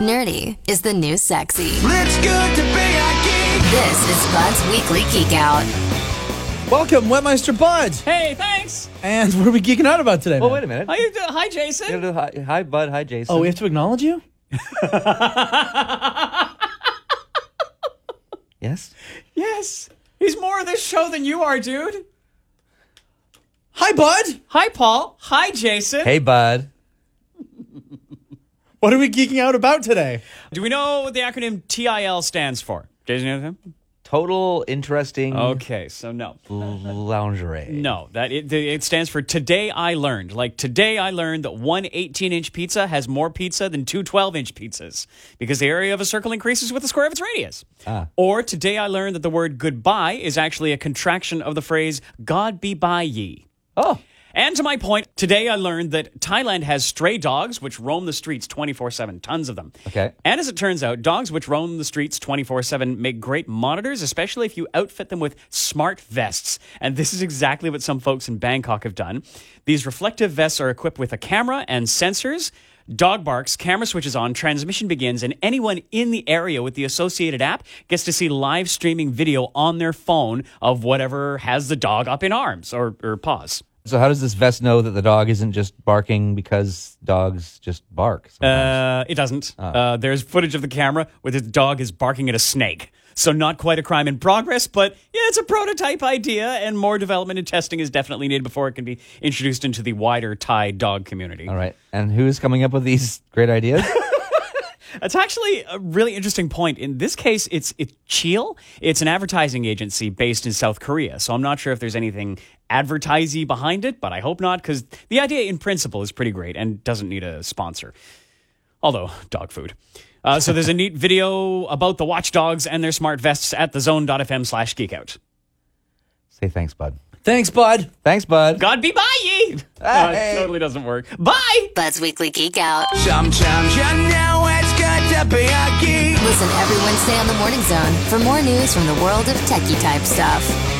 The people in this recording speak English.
Nerdy is the new sexy. It's good to be a geek. This is Bud's Weekly Geek Out. Welcome, Wetmeister Bud. Hey, thanks. And what are we geeking out about today? Well, man? Oh, wait a minute. How you doing? Hi, You Jason. gotta do hi, hi, Bud. Hi, Jason. Oh, we have to acknowledge you? yes. Yes. He's more of this show than you are, dude. Hi, Bud. Hi, Paul. Hi, Jason. Hey, Bud. What are we geeking out about today? Do we know what the acronym TIL stands for? Jason, you know them? Total interesting Oh, Okay, so no. lingerie. No, that it, it stands for Today I Learned. Like, today I learned that one 18 inch pizza has more pizza than two 12 inch pizzas because the area of a circle increases with the square of its radius. Or, today I learned that the word goodbye is actually a contraction of the phrase God be by ye. Oh, And to my point, today I learned that Thailand has stray dogs which roam the streets 24 7, tons of them. Okay. And as it turns out, dogs which roam the streets 24 7 make great monitors, especially if you outfit them with smart vests. And this is exactly what some folks in Bangkok have done. These reflective vests are equipped with a camera and sensors. Dog barks, camera switches on, transmission begins, and anyone in the area with the associated app gets to see live streaming video on their phone of whatever has the dog up in arms or, or paws. so how does this vest know that the dog isn't just barking because dogs just bark? sometimes? Uh, it doesn't. Uh, there's footage of the camera where the dog is barking at a snake. So not quite a crime in progress, but yeah, it's a prototype idea, and more development and testing is definitely needed before it can be introduced into the wider Thai dog community. All right. And who's coming up with these great ideas? That's actually a really interesting point. In this case, it's it's Cheel. It's an advertising agency based in South Korea. So I'm not sure if there's anything advertisy behind it, but I hope not because the idea in principle is pretty great and doesn't need a sponsor. Although dog food. Uh, so there's a neat video about the watchdogs and their smart vests at the zone.fm slash geekout. Say thanks, Bud. Thanks, Bud. Thanks, Bud. God be by ye! Uh, it totally doesn't work. Bye! Bud's Weekly Geek Out. Sometimes you know it's good to be a geek. Listen every Wednesday on the Morning Zone for more news from the world of techie type stuff.